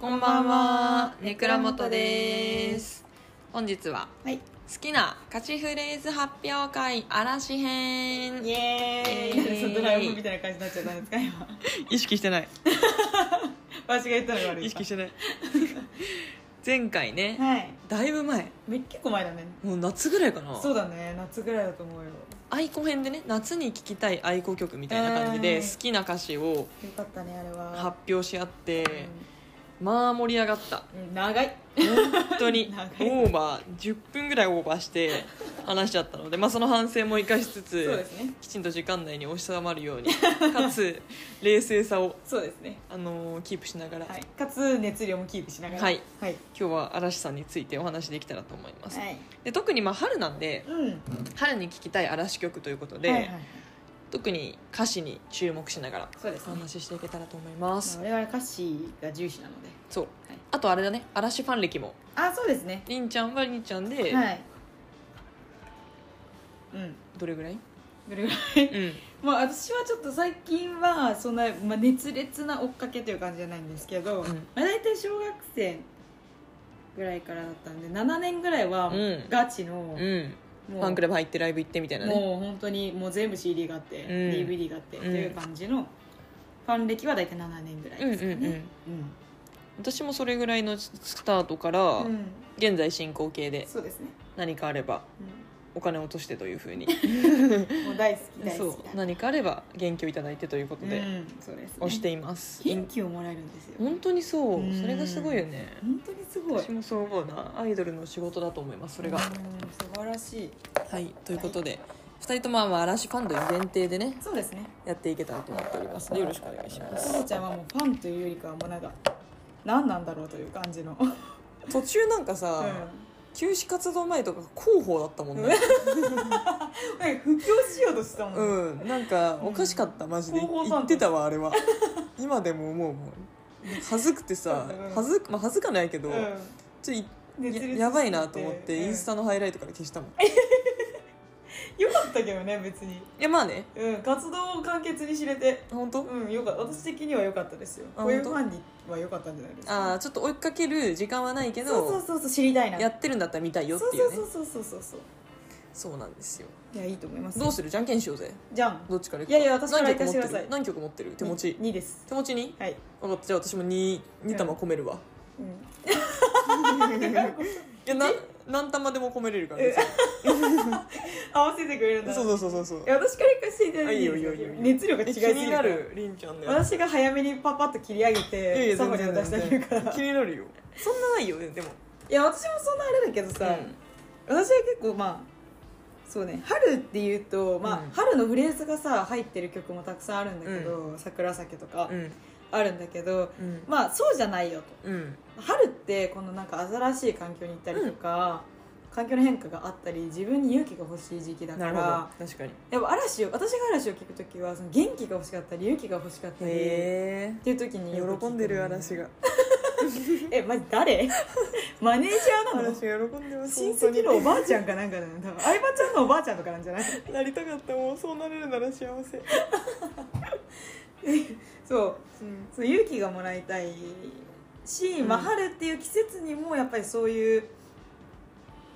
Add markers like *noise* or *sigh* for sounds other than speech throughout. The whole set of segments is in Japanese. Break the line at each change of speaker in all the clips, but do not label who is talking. こんばんは、ネクラ元です。本日は
はい、
好きな勝ちフレーズ発表会嵐編。
イエーイ
イエーイ
なんかドラえもんみたいな感じになっちゃったんですか今
意識してない。
私が言ったのが悪い
意識しててない。 *laughs* 前回ね、
はい
だいぶ前、
め結構前だね
もう夏ぐらいかな。
そうだね夏ぐらいだと思うよよ
愛子編でね、夏に聴きたい愛子曲みたいな感じで、
うん
好きな歌詞を
かったねあれは
発表し合って、まあ盛り上がった。
うん長い
本当 *laughs* に
長い
オーバー10分ぐらいオーバーして話しちゃったので、まあ、その反省も生かしつつ
そうですね
きちんと時間内に収まる
*laughs*
ようにかつ冷静さを、
そうですね
あのーキープしながら、
はいかつ熱量もキープしながら
はい
はい、
今日は嵐さんについてお話できたらと思います、
はい、
で特にまあ春なんで
うん
春に聴きたい嵐曲ということで、
はいはいはい
特に歌詞に注目しながら
そうです
お
ね
話ししていけたらと思います、
まあ我々歌詞が重視なので
そう、
はい
あとあれだね嵐ファン歴も
あそうですね
りんちゃんはりんちゃんで
はいうん
どれぐら
*laughs*
い、
どれぐらい
うん
まあ、私はちょっと最近はそんな、まあ、熱烈な追っかけという感じじゃないんですけど、
うん
まあ、大体小学生ぐらいからだったんで7年ぐらいは
うん
ガチの、
うん
もう
ファンクラブ入ってライブ行ってみたいなね
もう本当にもう全部 CD があって、
ん
DVD があってという感じのファン歴は大体7年ぐらい
うんう
で
ん
すか
うん
ね、
私もそれぐらいのスタートから
うんうん
現在進行形で
そうですね、
何かあればお金を落としてというふう
*laughs*
に
うんもう大好き大
そ
好
う
きだ
何かあれば元気をいただいてということ
う
で
んそうです、ね、
押しています、
元気をもらえるんですよ
本当にそう
うん
それがすごいよね
本当にすごい
私もそう思うなアイドルの仕事だと思いますそれが
うん素晴らしい
はいということで2人ともまあ嵐ファンド限定でね
そうですね
やっていけたらと思っておりますのでよろしくお願いしま
コ
す
ロちゃんはもうファンというよりかはもうなんか何なんだろうという感じの、うん
途中なんかさ、休止活動前とか広報だったもんね
なんか布教しようとしてたもん、ね
うんなんかおかしかったマジで
広報担当
言ってたわあれは今でも思うもん恥ずくてさ
うん
恥ず,、まあ、恥ずかないけど、ちょい
熱烈す
や
ぎて
やばいなと思って
うん
インスタのハイライトから消したもん、い
よかったけどね別に、
やまあね
うん、活動を簡潔に知れて
本当、
うんよか私的には良かったですよ
あ
こういうフ
本当
ァンには良かったんじゃないです
あ
か
あちょっと追いかける時間はないけど
そうそうそうそう知りたいな
やってるんだったら見たいよっていうねそ
そ
う
うそうそうそうそうそう
なんですよ
いやいいと思います
どうするじゃんけんしようぜ
じゃん
どっちからいく
いやいや私から
何曲持って
行かせてくださ
る
い
何曲持ってる手持ち
2です
手持ちに
はい、
分かったじゃあ私も 2, 二玉込めるわ、い
うん、 *laughs*
やな何玉でも込めれるからね、
合わせてくれるんだ
そうそうそうそうそう
いや私から一回していただいて
あいいよいいよいいよ
熱量が違い
え
す
気
ぎる
になるりんちゃんのやつ
私が早めにパパッと切り上げ
いやい
て
や
サファ
全然
リを出してあげるから
気になるよそんなないよねでも
いや私もそんなあれだけどさ、私は結構まあそうね春っていうと、まあ
うん
春のフレーズがさ入ってる曲もたくさんあるんだけど、桜酒とか
うん
あるんだけど、
うん
まあそうじゃないよ
うん
と春ってこのなんか新しい環境に行ったりとか、環境の変化があったり自分に勇気が欲しい時期だ
な
か
るほ
ら
ど確かに
やっぱ嵐を私が嵐を聞く時はその元気が欲しかったり勇気が欲しかったりっ
へ
ていう時によく聞く
喜んでる嵐が
えマジ誰 *laughs* マネージャーなの
嵐が喜んでます
親戚のおばあちゃんかなんかなの多分相葉ちゃんのおばあちゃんとかなんじゃない
なりたかったもうそうなれるなら幸せ
そう
うん
そう勇気がもらいたいし、まあ、
うん
春っていう季節にもやっぱりそういう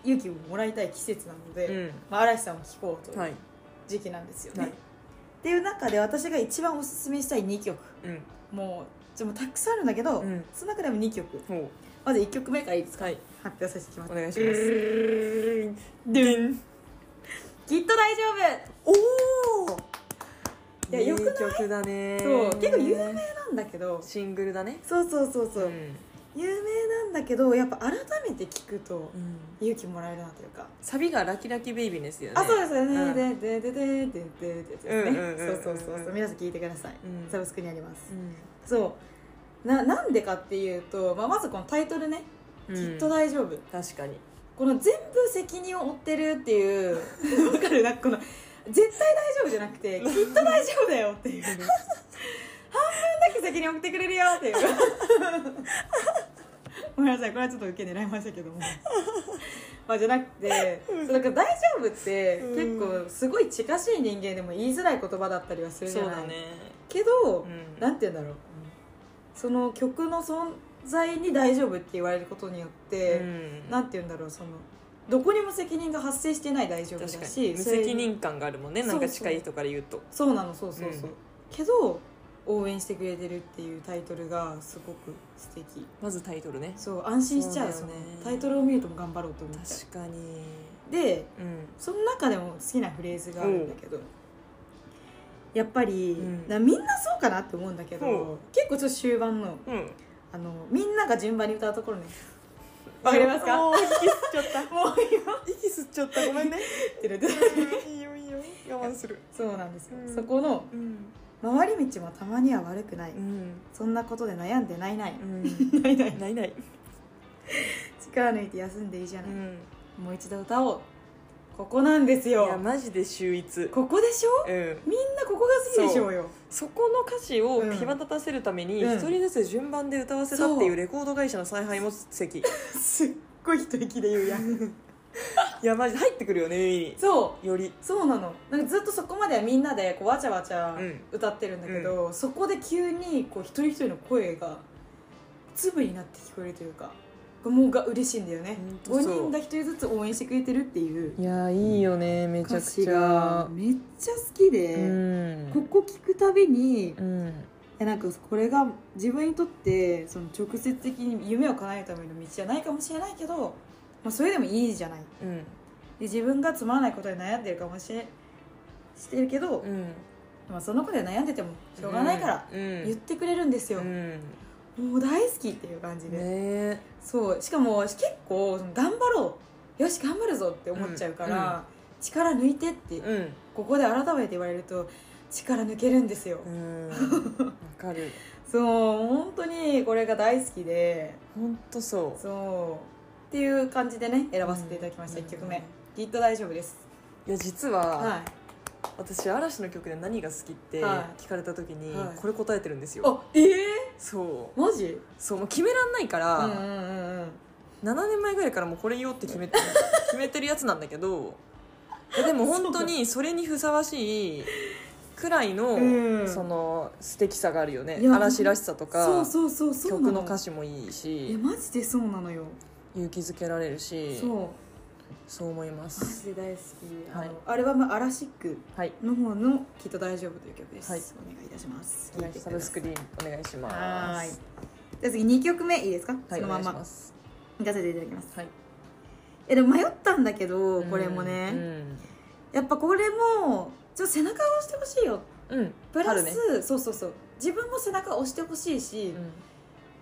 勇気をもらいたい季節なので、
うん
まあ、嵐さんも聴こうとい
は
う
い
時期なんですよね、
はい
っていう中で私が一番おすすめしたい2曲
うん
もうちょっとたくさんあるんだけど、
うん
その中でも2曲
ほ
まず1曲目からいいです
う
か
はい
発表させてきます
お願いします
ドゥンきっと大丈
おお
いやよくない
曲だね
夫そう結構有名なんだけど
シングルだね
そうそうそうそう、
ん
有名なんだけどやっぱ改めて聞くと
うん
勇気もらえるなというか、
サビがラキラキベイビーですよね
あそうですよ
うん
ね、ででででででで
う
で
んうんうんうん
ねそうそうそうそう皆さん聞いてください、
うん
サブスクにあります
う、
そうななんでかっていうと、まあ、まずこのタイトルね「
ん
きっと大丈夫」
確かに
この全部責任を負ってるっていう *laughs* わかるなんかこの絶対大丈夫じゃなくてきっと大丈夫だよっていう半分だけ責任を負ってくれるよっ
*laughs*
ていうごめんなさいこれはちょっと受け狙いましたけどもまあじゃなくてそうだから大丈夫って
うん
結構すごい近しい人間でも言いづらい言葉だったりはするじ
そ
ゃ
う
ない
だね
け
う
ど、
ん
なんて言うんだろうその曲のそん在に大丈夫って言われることによって、なんて言うんだろうそのどこにも責任が発生してない大丈夫だ
確か
し
に無
それ
責任感があるもんねなん
そう
か
そう
近い人から言うと
そうなのそうそうそう、
うん
けど応援してくれてるっていうタイトルがすごく素敵
まずタイトルね
そう安心しちゃう
そ
そう
だ
の
よね
タイトルを見るとも頑張ろうと思っちゃ
確かに
うで
うん
その中でも好きなフレーズがあるんだけど、やっぱり、
うん
なみんなそうかなって思うんだけど、
うん
結構ちょっと終盤の
うん
あのみんなが順番に歌うところねわかりますか
も
も
う息吸っちゃった
ういいよ
*laughs* 息吸っちゃったごめ *laughs* んね
ってなって
いいよいいよ我慢する
そうなんですよ、
うん
そこの
うん
回り道もたまには悪くない、
うん
そんなことで悩んでないない、
うん
ないない
ないない
力抜いて休んでいいじゃ
う
ない、
ん
もう一度歌おうここなんです
いや
よ
マジで秀逸
ここでしょ
うん
みんなここが好きでしょうよ
そこの歌詞を
うん
際立たせるために
うん
一人ずつ順番で歌わせたってい
そう
うレコード会社の采配も席い
すっごい一息で言うやん
やマジ入ってくるよね耳に
*laughs* そう
より
そうなのなんかずっとそこまではみんなでこうわちゃわちゃ
うん
歌ってるんだけど、そこで急にこう一人一人の声が粒になって聞こえるというかもうが嬉しいんだよね
ほんと
5
そう
人が一人ずつ応援してくれてるっていう
いやいいよねめ
歌詞がめっちゃ好きで、
ん
ここ聞くたびに
うん
えなんかこれが自分にとってその直接的に夢を叶えるための道じゃないかもしれないけど、まあ、それでもいいじゃないで
うん
自分がつまらないことに悩んでるかもしれしてるけど、
うん
まあ、そのことで悩んでてもしょうがないから
うん
言ってくれるんですよ
う、ん
もう大好きっていう感じで、
ね
そうしかも私結構その頑張ろうよし頑張るぞって思っちゃうから、
うんう
力抜いてって、
うん
ここで改めて言われると力抜けるんですよ、
うんわかる
そう本当にこれが大好きで
ほんとそう
そうっていう感じでね選ばせていただきました、
うん
1曲目、きっと大丈夫です
いや実は
はい
私嵐の曲で何が好きって
は
聞かれた時に
はい
これ答えてるんですよ
あええ
そう
マジ
そうもう決めらんないから、
うんうんうんうん
7年前ぐらいからもうこれ言おうって決めて *laughs* 決めてるやつなんだけどいやでも本当にそれにふさわしいくらいの、
うん
その素敵さがあるよね
いや
嵐らしさとか
そうそうそうそうな
曲
の
の歌
詞
詞もいい
いや
し
マジでそうなのよ、
勇気づけられるし
そう
そう思いま
マ
す
ジで大好き、
はい
あのアルバム「アラシック
はい」
の方の「きっと大丈夫」という曲です、
はい
お願いいたします聴いてくださ
サ
い
ブスクリーンお願いします
はーいじゃあ次2曲目いいですか、
はい
その
お願
まん
いし
ま
ます
いかせていただきます
はい
えでも迷ったんだけどこれもね、やっぱこれもちょっと背中を押してほしいよ
うん、うん
プラ
春
ス、
ね
そうそうそう自分も背中を押してほしいし、
うん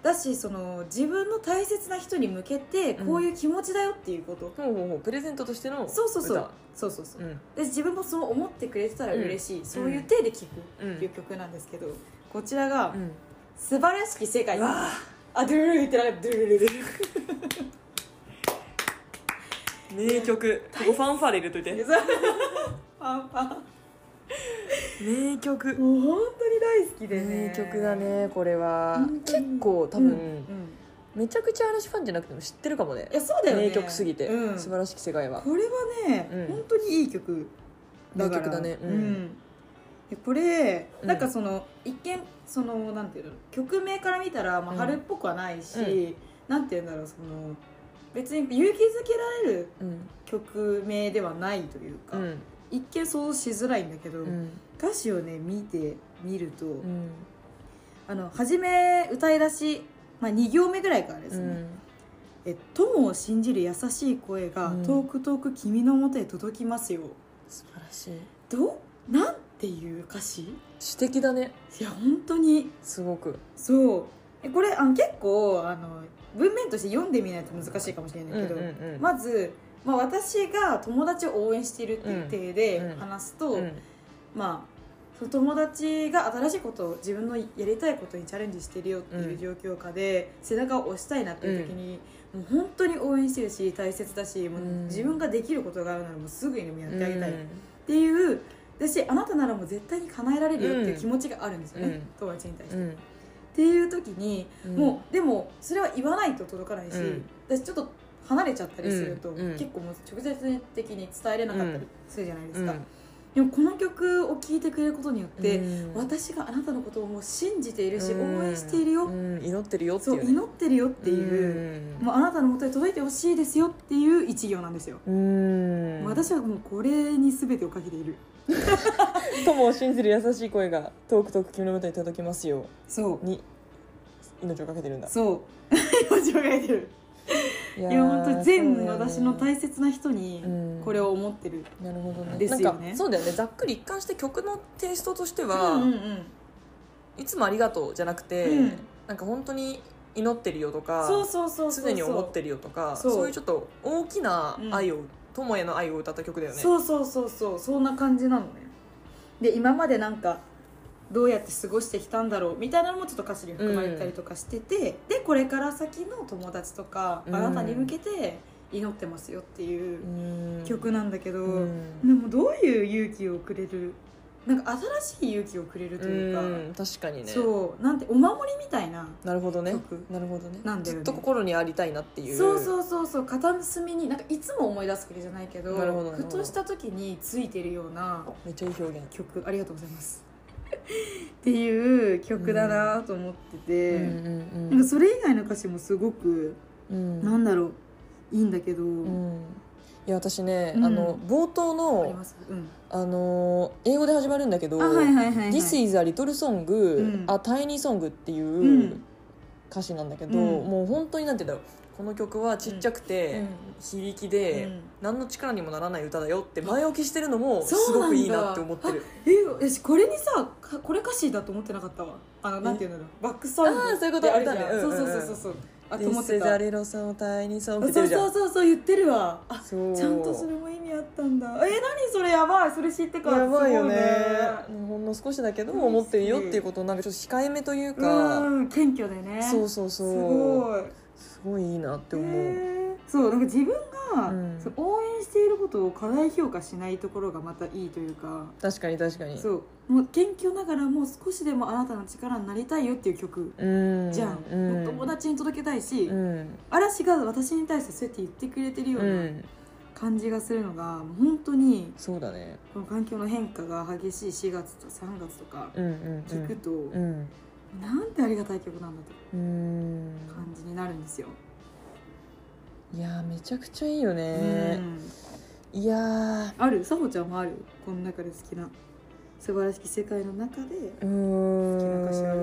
だしその自分の大切な人に向けて
うん
こういう気持ちだよっていうこと、
ほうほうほうプレゼントとしての歌
そうそうそうそうそうそう
う、ん、
で自分もそう思ってくれてたら嬉しい、そういう手で聴く
うん
っていう曲なんですけど、こちらが
うん、
「素晴らしき世界」
うわ
あドゥルルルってなるドゥルルルル
名曲ここファンファレルといて
パンパン
名曲
もう本当に大好きでね
名曲だねこれは
本当に
結構多
うん
分、
うん
めちゃくちゃ嵐ファンじゃなくても知ってるかもね
いやそうだよね
名曲すぎて、
うん
素晴らしき世界は
これはね、
うん
本当にいい曲だ
名
から
曲だねう
うんんでこれ、
うん
なんかその一見そのなんていうの曲名から見たら、まあ、
うん
春っぽくはないし、
う
なんていうんだろうその別に勇気づけられる
うん
曲名ではないというか、
うん
一見想像しづらいんだけど、
うん
歌詞をね見てみると、
うん
あの初め歌い出し、まあ、2行目ぐらいからですね、え「友を信じる優しい声が、
うん
遠く遠く君のもとへ届きますよ」
素晴らしい
どうなんていう歌詞い
詩的だね
や本当に
すごく
そうえこれあの結構あの文面として読んでみないと難しいかもしれないけど、
うんうんうん
まず、まあ、私が友達を応援しているっていう体
うんう
で
ん
話すと、
うん
まあその友達が新しいことを自分のやりたいことにチャレンジしてるよっていう状況下で、背中を押したいなっていう時に、もう本当に応援してるし大切だしもう
うん
自分ができることがあるならもうすぐにでもやってあげたい、
うん
っていう私あなたならもう絶対に叶えられるよっていう気持ちがあるんですよね、
うん
友達に対して、
う
っ
ん
ていう時に、
うん
もうでもそれは言わないと届かないし、
うん
私ちょっと離れちゃったりすると、
うんうん
結構もう直接的に伝えれなかったりするじゃないですか、
うん
でもこの曲を聴いてくれることによって、
うん
私があなたのことをもう信じているし、
うん
応援しているよ、
うん祈ってるよって
そ
いうう、ね、
祈ってるよっていう、もうあなたの元へ届いてほしいですよっていう一行なんですよ、
うん、うん、
私はもうこれに全てをかけている
友を信じる優しい声が遠く遠く君の元に届きますよ
そう
に命をかけてるんだ
そう *laughs* 間違えてる
い
いや本当全私の
対
大切な人に
うん
これを思ってる、
なるほどね
ですよね
なんかそうだよねざっくり一貫して曲のテイストとして
う
は、
んうん
いつもありがとうじゃなくて、
うん
なんか本当に祈ってるよとか
そうそうそうそう
常に思ってるよとか
そ
そうういうちょっと大きな愛を、友への愛を歌った曲だよね
そうそうそうそうそんな感じなのねで今までなんかどうやって過ごしてきたんだろうみたいなのもちょっと歌詞に含まれたりとかしてて、でこれから先の友達とかあ
うん
なたに向けて祈ってますよっていううん曲なんだけど、
うん
でもどういう勇気をくれるなんか新しい勇気をくれるというか、
うん確かにね
そうなんてお守りみたいな
なるほどね
曲
なるほどね
なんだよね
ずっと心にありたいなっていう
そうそうそうそう片隅になんかいつも思い出すわけじゃないけど
なるほどなる
ふ
ほど
とした時についてるような
めっちゃいい表現
曲ありがとうございます *laughs* っていう曲だなと思ってて、
うん
なんかそれ以外の歌詞もすごく、
うん
なんだろういいんだけど、
うんいや私ね、
うん
あの冒頭
あり
の
ます、うん、
あの英語で始まるんだけど
あはいはいはい、はい、
This is a little
うん
song, a tiny song っていうん歌詞なんだけど、
うん
もう本当になんて言うんだろうこの曲はちっちゃくて、響きで、
うん
何の力にもならない歌だよって前置きしてるのもす
そうなんだ
ごくいいなって思ってる
え私これにさかこれ歌詞だと思ってなかったわあのなんていうんだろうバックサウンド
あーそういうこと
であるじゃん、
ある
そう
ね
そううん
うんうん
そうそうそう
「
あと思っ
This
て
is
た
a little song, tiny song」って言って
そう
るじゃ
そ
ん
うそうそう言ってるわあ
そう
ちゃんとそれも意味あったんだえ何それやばいそれ知ってから
やばいよね
す
ほんの少しだけど思ってるよっていうことをなんかちょっと控えめという
ごいね
か、
うん謙虚でね
そうそう
す
そう
ごい
すごいいいなって思う、
へーそうなんか自分が、
うん
そう応援していることを過大評価しないところがまたいいというか、
確かに確かに
そうもう謙虚ながらもう少しでもあなたの力になりたいよっていう曲
うん
じゃん、
うん
もう友達に届けたいし、
うん
嵐が私に対してそうやって言ってくれてるよ
う
うなん感じがするのが、もう本当に
そうだね
この環境の変化が激しい4月と3月とか
うんうん
聞くと、
うん
なんてありがたい曲なんだと
うん
感じになるんですよ。
いやーめちゃくちゃいいよ
う
ね、
ん
いやー
あるさほちゃんもあるこの中で好きな素晴らしき世界の中で
うー
好きな歌詞あ
ん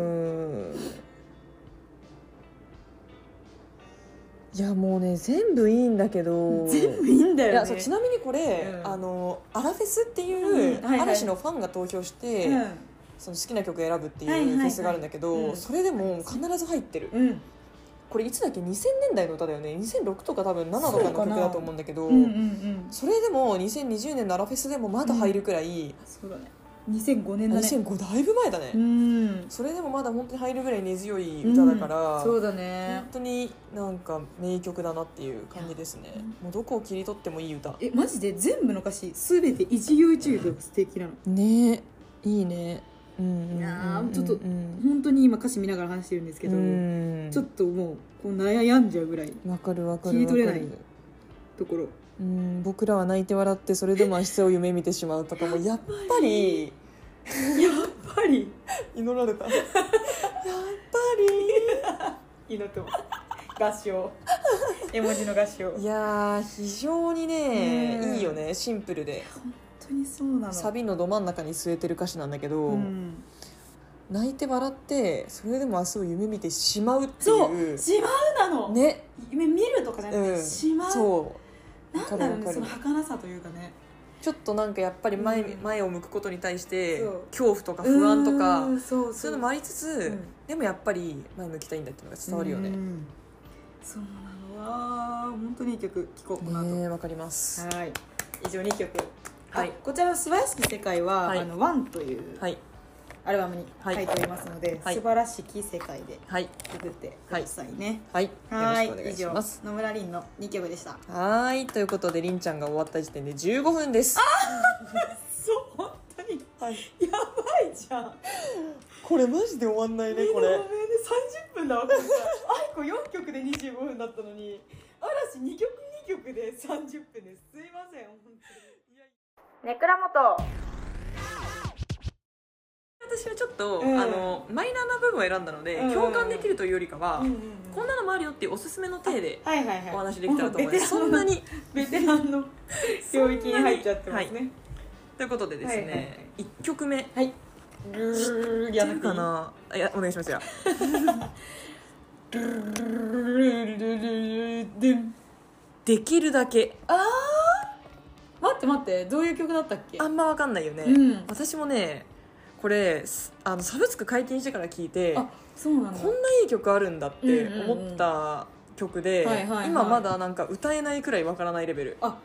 いやもうね全部いいんだけど
全部いいんだ
い
よ
や
ね。
そうちなみにこれ、
うん
あのアラフェスっていう、
うんはいはい
嵐のファンが投票して、その好きな曲選ぶって
はいはい
い
は
う
い
フェスがあるんだけど、
うん
それでも必ず入ってる、
うん、うん
これいつだっけ2000年代の歌だよね2006とか多分7とかの曲だと思うんだけど
うんうんうん
それでも2020年のアラフェスでもまだ入るくらい、
そうだね。2005年だね。
2005だいぶ前だね、
うん。
それでもまだ本当に入るぐらい根強い歌だから、
うんそうだね
本。当になんか名曲だなっていう感じですね
いや
もうどこを切り取ってもいい歌
えマジで全部の歌詞すべて一行一行が素敵なの。
ねいいねうん
いやーちょっと
うん
本当に今歌詞見ながら話してるんですけど、
うん
ちょっともうこう悩んじゃうぐらい
わかるわかる
切り取れない
わかる
と *laughs* ころ。
うん僕らは泣いて笑ってそれでも明日を夢見てしまうとかもやっぱり
やっぱり
祈られたやっぱ
*laughs* 祈ってます。合唱。絵文字の合唱。
りいやー非常にね、
うん
いいよねシンプルで
本当にそうなの。
サビのど真ん中に据えてる歌詞なんだけど、
うん
泣いて笑ってそれでも明日を夢見てしまうって
そう
いう
しまうなの、
ね
夢見るとかじゃなくて、
うん
しまう
そう
なんだろう
わ
ね
か
そ
る
の
わかる
儚さというかね
ちょっとなんかやっぱり前,、
うん
前を向くことに対して
そう
恐怖とか不安と
う
か
んそう
そ
そう
い
う
うのもありつつ、
ん
でもやっぱり前向きたいんだっていうのが伝わるよね、
う
ね
んそうなのわー本当にいい曲聴こうこの後、
えわかります
はい以上2曲
はい
あこちらの「素晴らしき世界は」
はい
あのワンという
はい
アルバムに
は
書
い
いておりますので「
はい
素晴らしき世界」で
はい
くぐってくださいね、
はい
はい
よろしくお願い
以
し
上
ます
野村凛の2曲でした
はーいということでりんちゃんが終わった時点で15分です
そう本当に
はい、
やばいじゃん
これマジで終わんないね
みん
こ
な
れ
ごめんね30分だわこれあいこ4曲で25分だったのに嵐2曲2曲で30分ですすいません本当にネクラモト
私はちょっと、
うん
あのマイナーな部分を選んだので、
うん
共感できるというよりかは、
うんうん
こんなのもあるよっていうおすすめの体で
はいはいはい
お話できたらと思います、
も
そん
う
なに
ベテランの領域に入っちゃってますね
ということでです
はいはいはい
ね、一1曲目
はいぐーや
やるかなあいやお願いしますよ
ぐるぐるぐるぐるぐる
できるだけ
あー待って待ってどういう曲だったっけ
あんまわかんないよね、
うん
私もねこれすあのサブスク解禁してから聞いて
あそうなんだ
こんないい曲あるんだって思った曲で、
うんうんはいはいはい
今まだなんか歌えないくらいわからないレベル
あ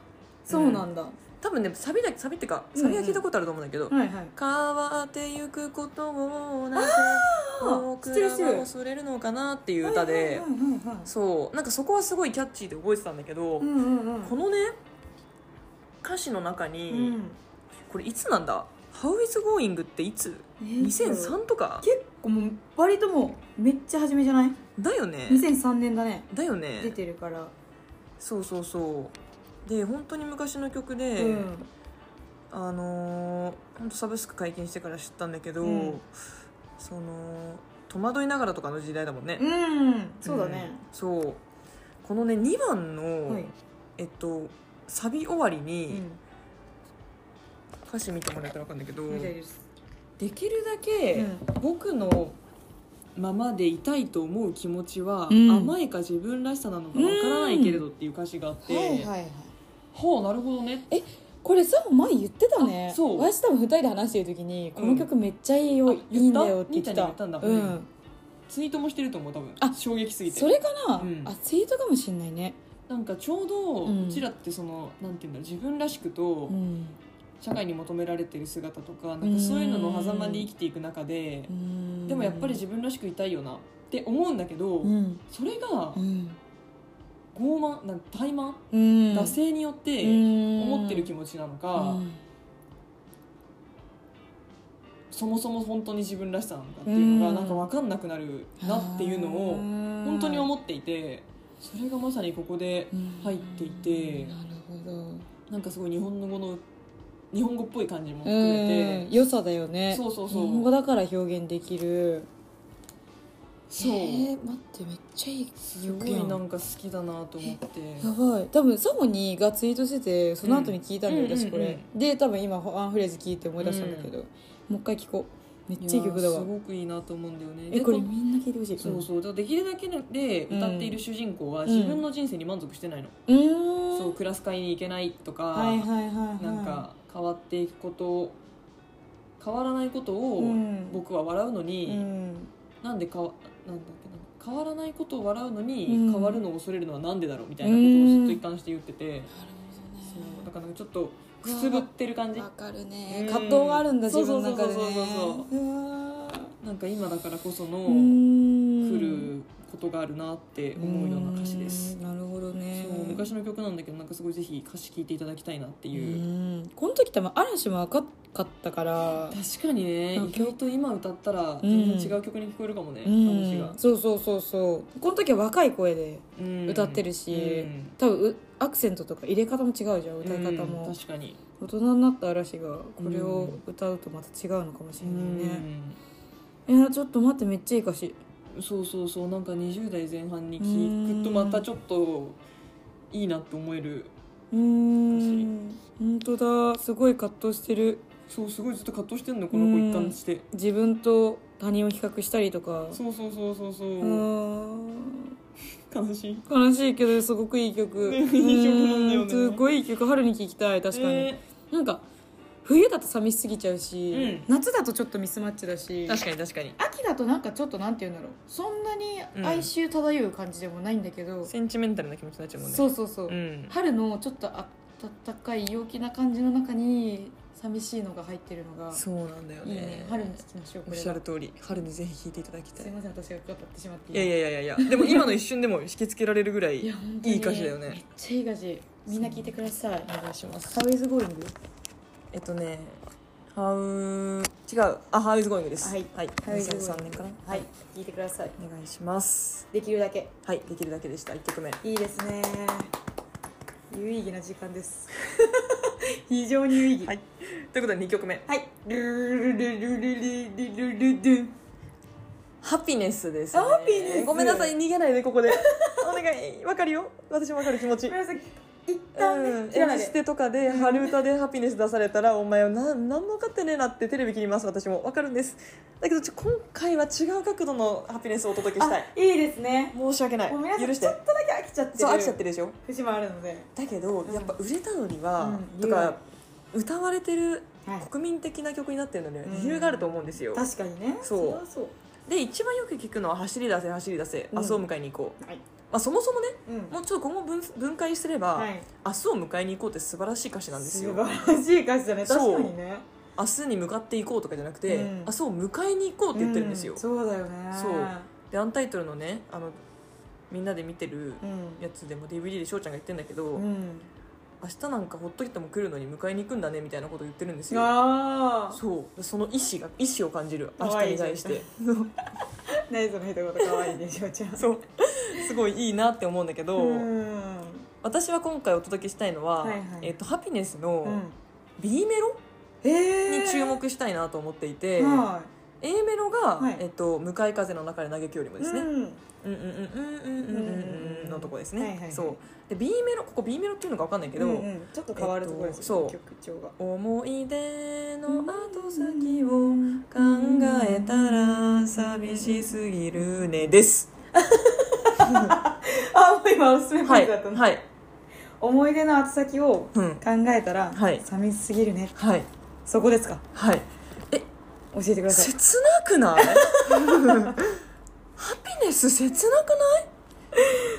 そうなんだ、
多分ねサビだサビってかサビは聞いたことあると思うんだけど、
はいはい
変わってゆくことをなんて
知っ
僕
て
ら
る知ってる
は恐れるのかなっていう歌で、
はいはいはいはい
そうなんかそこはすごいキャッチーで覚えてたんだけど、
うんうんうん
このね歌詞の中に、
うん
これいつなんだ「How is going」っていつ
えーそう
?2003 とか
結構もう割ともうめっちゃ初めじゃない
だよね
2003年だね
だよ
出
ね
てるから、
そうそうそうで本当に昔の曲で、
うん
あのー、本当サブスク解禁してから知ったんだけど、
うん
その戸惑いながらとかの時代だもんね、
うんそうだね、
うんそうこのね2番の、
はい、
えっとサビ終わり
う
に
ん、
歌詞見てもらえたら分かるんだけど、
みた
で
いです、
きるだけ、僕のままでいたいと思う気持ちは、
うん
甘いか自分らしさなのかわからないけれどっていう歌詞があって、
はいはいはい
ほうなるほどね
これさ前言ってたね
あそう
私多分二人で話してる時に「こ
う
の
ん
曲めっちゃいいよ、
あ
いいんだよ」って言
言
っ
ってた
た
兄ちゃんに言ったんだ
う、
うんツイートもしてると思う多分
あ
衝撃すぎて
それかな、
うん
あツイートかもしんないね
なんかちょうど
うん
うちらってその、なんていうんだろう自分らしくと
うん
社会に求められてる姿とかなんかそういうのの狭間で生きていく中で
う、ん
でもやっぱり自分らしくいたいよなって思うんだけど、
うん
それが
うん
傲慢なんか怠慢、
うん
惰性によって思
思
ってる気持ちなのか、そもそも本当に自分らしさなのかっていうのが
うん
なんか分かんなくなるなっていうのを本当に思っていてそれがまさにここで入っていて
なるほど
なんかすごい日本語の日本語っぽい感じも含
う
め
ん
て
良さだよね
そうそうそう
日本語だから表現できる
そう
えー、待ってめっちゃいい
すご
曲や
い
ん
なんか好きだなと思って
やばい多分サモニーがツイートしててその後に聞いたんだよ、
うん
私これ、
うんうん
で多分今ワンフレーズ聞いて思い出したんだけど、もう一回聞こうめっちゃいい曲だ
いや
わ
すごくいいなと思うんだよね
え
で
これみんな聞いてほしい
そうそうだからできるだけで歌っている主人公は
うん
自分の人生に満足してないの、
うーん
そうクラス会に行けないとか、
はいはいはいはい
なんか変わっていくこと変わらないことを
うん
僕は笑うのに、
うん
なんでかわなんだっけな変わらないことを笑うのに、
うん
変わるのを恐れるのはなんでだろうみたいなことをずっと一貫して言ってて、
なる
そうだ
ほ
からなんかちょっとくすぶってる感
どね
じ
わかる
う
ね
ん
葛藤があるんだ自分の中でね
そうそうそうそう
うわー
なんか今だからこそ
う
の
ん
来ることがあるなって思うような歌詞です
う。んなるほどね
そう昔の曲なんだけどなんかすごいぜひ歌詞聴いていただきたいなっていう、
うんこの時多分嵐も若かったから
確かにね
なん
意
か
外と今歌ったら全然違う曲に聞こえるかもね、話が、
そうそうそうそうこの時は若い声で
うん
歌ってるし
うん
多分うアクセントとか入れ方も違うじゃん歌い方も、
うん確かに、
大人になった嵐がこれを歌うとまた違うのかもしれないね、いやちょっと待ってめっちゃいい歌詞
うんそうそうそうなんか20代前半に聞くとまたちょっといいなって思える
うーん本当だすごい葛藤してる
そうすごいずっと葛藤してんのこの子一貫して、
自分と他人を比較したりとか
そうそうそうそうそうう、
ーん
悲しい
悲しいけどすごくいい曲、
ねいい曲なんだよね
うーすごいいい曲春に聴きたい確かに、
ね
なんか冬だと寂しすぎちゃうし、
うん
夏だとちょっとミスマッチだし
確かに確かに
秋だとなんかちょっとなんて言うんだろうそんなに哀愁漂う感じでもないんだけど、
センチメンタルな気持ちになっちゃうもんね、
そううそうそう、
ん、
春のちょっとあったかい陽気な感じの中に寂しいのが入ってるのが
そうなんだよ
いい
ね
ね春に聴きましょう
お
こ
っ
れ
しゃる
は
通り春にぜひ聴いていただきた
すい
い
ません私が語ってしまって
いやいやいやいやいやでも今の一瞬でも引きつけられるぐらい
いや本当に
いい歌詞だよね
めっちゃいい歌詞みんな聞いてください
お願いします
サウイズゴーイング
えっとね、ハウ違う、あ、ハウイズゴーイングです。
はい
はい、
How is going？
2003年かな。
はい聞いてください
お願いします。
できるだけ
はい、できるだけでした。一曲目。 *laughs*
いいですね有意義な時間です非常に有意義
はいということで2曲目
はいルルルルルルルルルルン
ハピネスです、ね、
ハピネス
ごめんなさい逃げないでここでお願いわかるよ私もわかる気持ち
紫一旦
う
ね
ん、
切らな
M
い
ス
で
テとかで春歌でハピネス出されたらお前はな何も分かってねえなってテレビ切ります私も分かるんですだけどちょ今回は違う角度のハピネスをお届けした
あ
い
いいですね
申し訳ない
もう皆さん
許し
ち
て
ょっとだけ飽きちゃってる
そう飽きちゃってるでしょ
節もあるので
だけど、
うん
やっぱ売れたのには、
うん
とか歌われてる
はい
国民的な曲になってるのには
うん
理由があると思うんですよ、
確かにね
そう
れはそう
で一番よく聞くのは「走り出せ走り出せ
うん
明日を迎えに行こう」
はい
まあ、そもそもね
うん
もうちょっと今後分分解すれば、
はい
明日を迎えに行こう」って素晴らしい歌詞なんです
素
よ
晴らしい歌詞だね
そ
確
う
かにね
明日に向かっていこうとかじゃなくて、
うん
明日を迎えに行こうって言ってるんですよ、
うそうだよね
そうでアンタイトルのねあのみんなで見てる
うん
やつでも DVD で翔ちゃんが言ってんだけど、
うん
明日なんかほっときても来るのに迎えに行くんだねみたいなこと言ってるんですよ
ああ
そうその意志が意志を感じる明
可
日
愛い
に
じゃん
対して
何その一言可愛いねしおちゃん
*laughs* そうすごいいいなって思うんだけど、
うん
私は今回お届けしたいのは「
はいはい
えっとハピネス」
う
の
ん
B メロ
えー
に注目したいなと思っていて、
は
A メロが、
はい
えっと「向かい風の中で嘆くよりも」
い
ですね、
うん
うんうんうんうんうんうんうんうんのとこですね、
はいはいはい
そうで B メロここ B メロっていうのか分かんないけど、
うんうんちょっと変わるところですよね
えっ
曲調が
思い出の後先を
を
考えたら寂しすぎるねです
あもう今おすすめポ
は
イン
い
トだったの
はい
思い出の後先を
う
考
ん
えたら
はい
寂しすぎるね
はい
そこですか
はいえ
教えてください
切なくないハピネス切なくない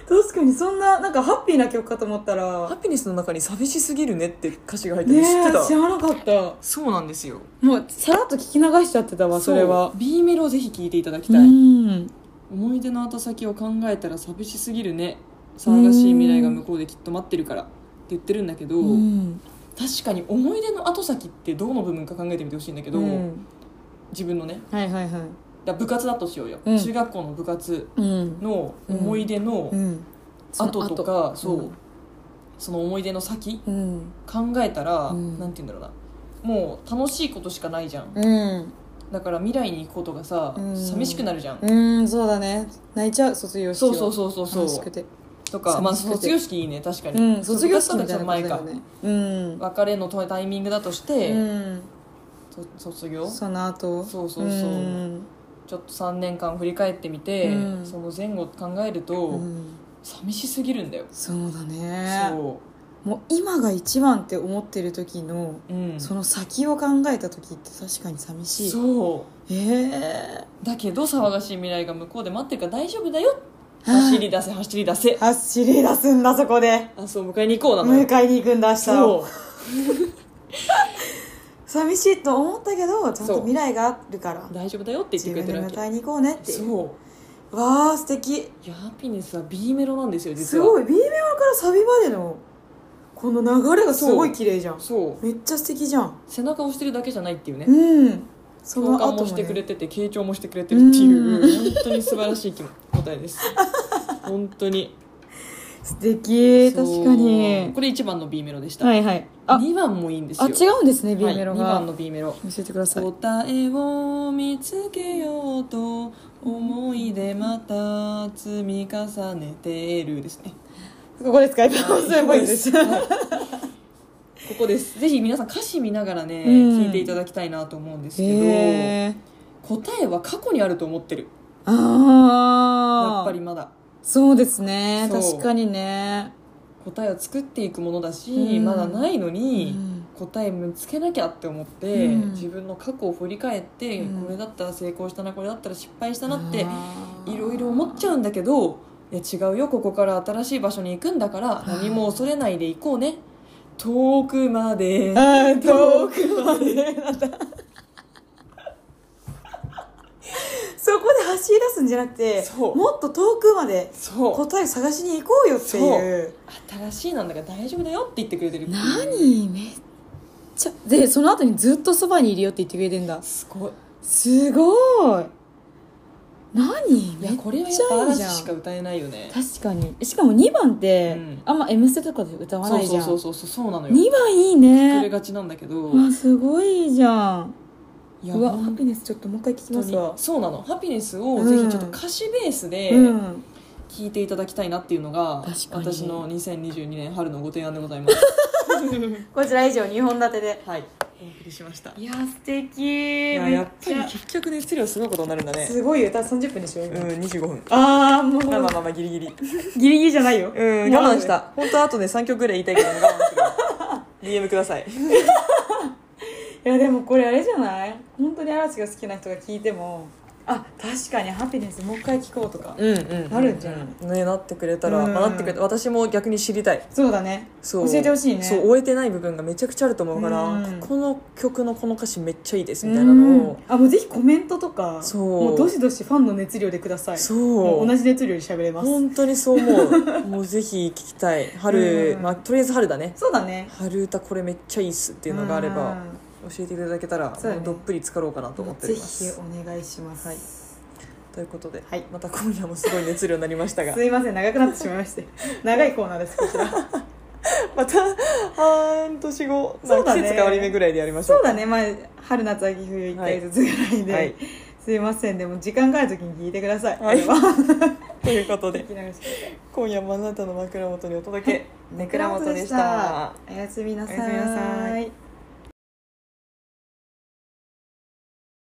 確かにそんななんかハッピーな曲かと思った
ハ
ら
ピネスの中に寂しすぎるねって歌詞が入ってるの知っ
ね
て
え
た
知らなかった
そうなんですよ
もうさらっと聞き流しちゃってたわそれは
う B メロをぜひ聴いていただき
う
たい、
ん
思い出の後先を考えたら寂しすぎるね騒がしい未来が向こうできっと待ってるからって言ってるんだけど、
うん
確かに思い出の後先ってどの部分か考えてみてほしいんだけど、
うん
自分のね
はいはいはい
だから部活だとしようよ、
うん
中学校の部活
うん
の思い出の
うん
後とか、そう、
うん
その思い出の先
うん
考えたら、
うん
なんて言うんだろうなもう楽しいことしかないじゃん、
うん
だから未来に行くことがさ、
うん
寂しくなるじゃん、
うんそうだね泣いちゃう卒業式
そうそう
う
そうそうそう
楽しくて
とか、まあ、
寂しくて
卒業式いいね確かに、
うん卒業式
部
み
活
た
と
い
か前
なこ
か
とだよねうん
別れのタイミングだとして、
うん
と卒業
その後
そうそうそうんちょっと3年間振り返ってみて、
うん
その前後考えると、
うん
寂しすぎるんだよ、
そうだね
そ
もう今が一番って思ってる時の
う、うん、
その先を考えた時って確かに寂しい
そ
ええ
うだけど騒がしい未来が向こうで待ってるから大丈夫だよ
はい
走り出せ走り出せ
走り出すんだそこで
明日を迎えに行こうなのよ
迎えに行くんだ明日を
そう
寂しいと思ったけどちゃん
そう
と未来があるから
大丈夫だよって言っ
自
てくれ
分
て
で
るわけ
迎えに行こうねっていう
そ
わあ素敵
ういやハピネスは B メロなんですよ実
す
は
ごい B メロからサビまでのこの流れがすごい綺麗じゃん
そう
めっちゃ素敵じゃん
背中を押してるだけじゃないっていうね
うんそ
共感もしてくれてて傾聴もしてくれてるっていう
う
本当に素晴らしい気も答え
*laughs*
です本当に
素敵確か
そう
に
これ1番の B メロでした、
はいはいあ
2番もいいんですよ
あ違うんですね B
はい
メロ
2
が、
番の B メロ
教えてください
答えを見つけようと思い出また積み重ねてるですね
ここですか今そういうポイントです
はいここですぜひ皆さん歌詞見ながらね、
うん
聞いていただきたいなと思うんですけど、
へー
答えは過去にあると思ってる
ああ
やっぱりまだ
そうですね
そう
確かにね
答えを作っていくものだし、
うん
まだないの
う
に、
ん
答え見つけなきゃって思って、
うん
自分の過去を振り返って、
うん
これだったら成功したなこれだったら失敗したなって
あー
いろいろ思っちゃうんだけどいや違うよここから新しい場所に行くんだから何も恐れないで行こうね遠くまで
あー *laughs* 遠
くまでなんだ
そこで走り出すんじゃなくて
そう
もっと遠くまで
そう
答えを探しに行こうよっていう
新しいなんだから大丈夫だよって言ってくれてる
何めっちゃでその後にずっとそばにいるよって言ってくれてんだ
すごい
すごい何
い
め
や
っ
これはやっ
ち
ぱ
ゃいい
嵐
じゃん
しか歌えないよね
確かにしかも2番って、
うん
あんま「M ステ」とかで歌わ
そ
な
う
いじ
そ
ゃ
うんそうそうそうそうなのよ
2番いい
隠れ
ね
がちなんだけど
わすごいいいじゃん
いう
わ
本
ハピネスちょっともう一回聞き
当
ま
に
すわ
そうなのハピネスを
うん
ぜひちょっと歌詞ベースで
うん
聴いていただきたいなっていうのが、
確かに
私の2022年春のご提案でございます
こちら以上2本立てで
はいお送りしましたい
いや素敵め
ややっぱ
ち
り
ゃ
結局熱量すごいことになるんだね
すごい歌30分でしょ、
うん25分
ああもう、
まあまあまあまあギリギリ
ギリギリじゃないよ
うん我慢した本当はあとね3曲ぐらい言いたいけど我慢するわ
*laughs*
DM ください
いやでもこれあれじゃない本当に嵐が好きな人が聞いてもあ確かに「ハピネス」もう一回聞こうとか、
うんうん
なるんじゃない
ねなってくれたら、
うん
まあ、なってくれた私も逆に知りたい
そうだね
そう
教えてほしいね
そう終えてない部分がめちゃくちゃあると思うから、
うん
ここの曲のこの歌詞めっちゃいいですみたいなの
う
を
んあもうぜひコメントとか
そう
もうどしどしファンの熱量でください
そう
もう同じ熱量で喋れます
本当にそう思うもうぜひ聞きたい春、
うん
まあ、とりあえず春だね
そうだね
春歌これめっちゃいいっすっていうのがあれば教えていただけたら、
そうだね
もうどっぷり浸かろうかなと
うん
思っており
ぜひ
ます
お願いします、
はいということで、
はい
また今夜もすごい熱量になりましたが
すいません長くなってしまいまして
*laughs*
長いコーナーですこちら
また半年後、まあ
そうだね
季節変わり目ぐらいでやりましょ
そうう
か
だねまあ春夏秋冬1回ずつぐらいで、
はい
すいませんでも時間がある時に聞いてください、
はい
これは
ということで
聞き流して
今夜もあなたの枕元にお届け、
ネ
クラ元でした
おやすみなさ
おやすみなさ
い
い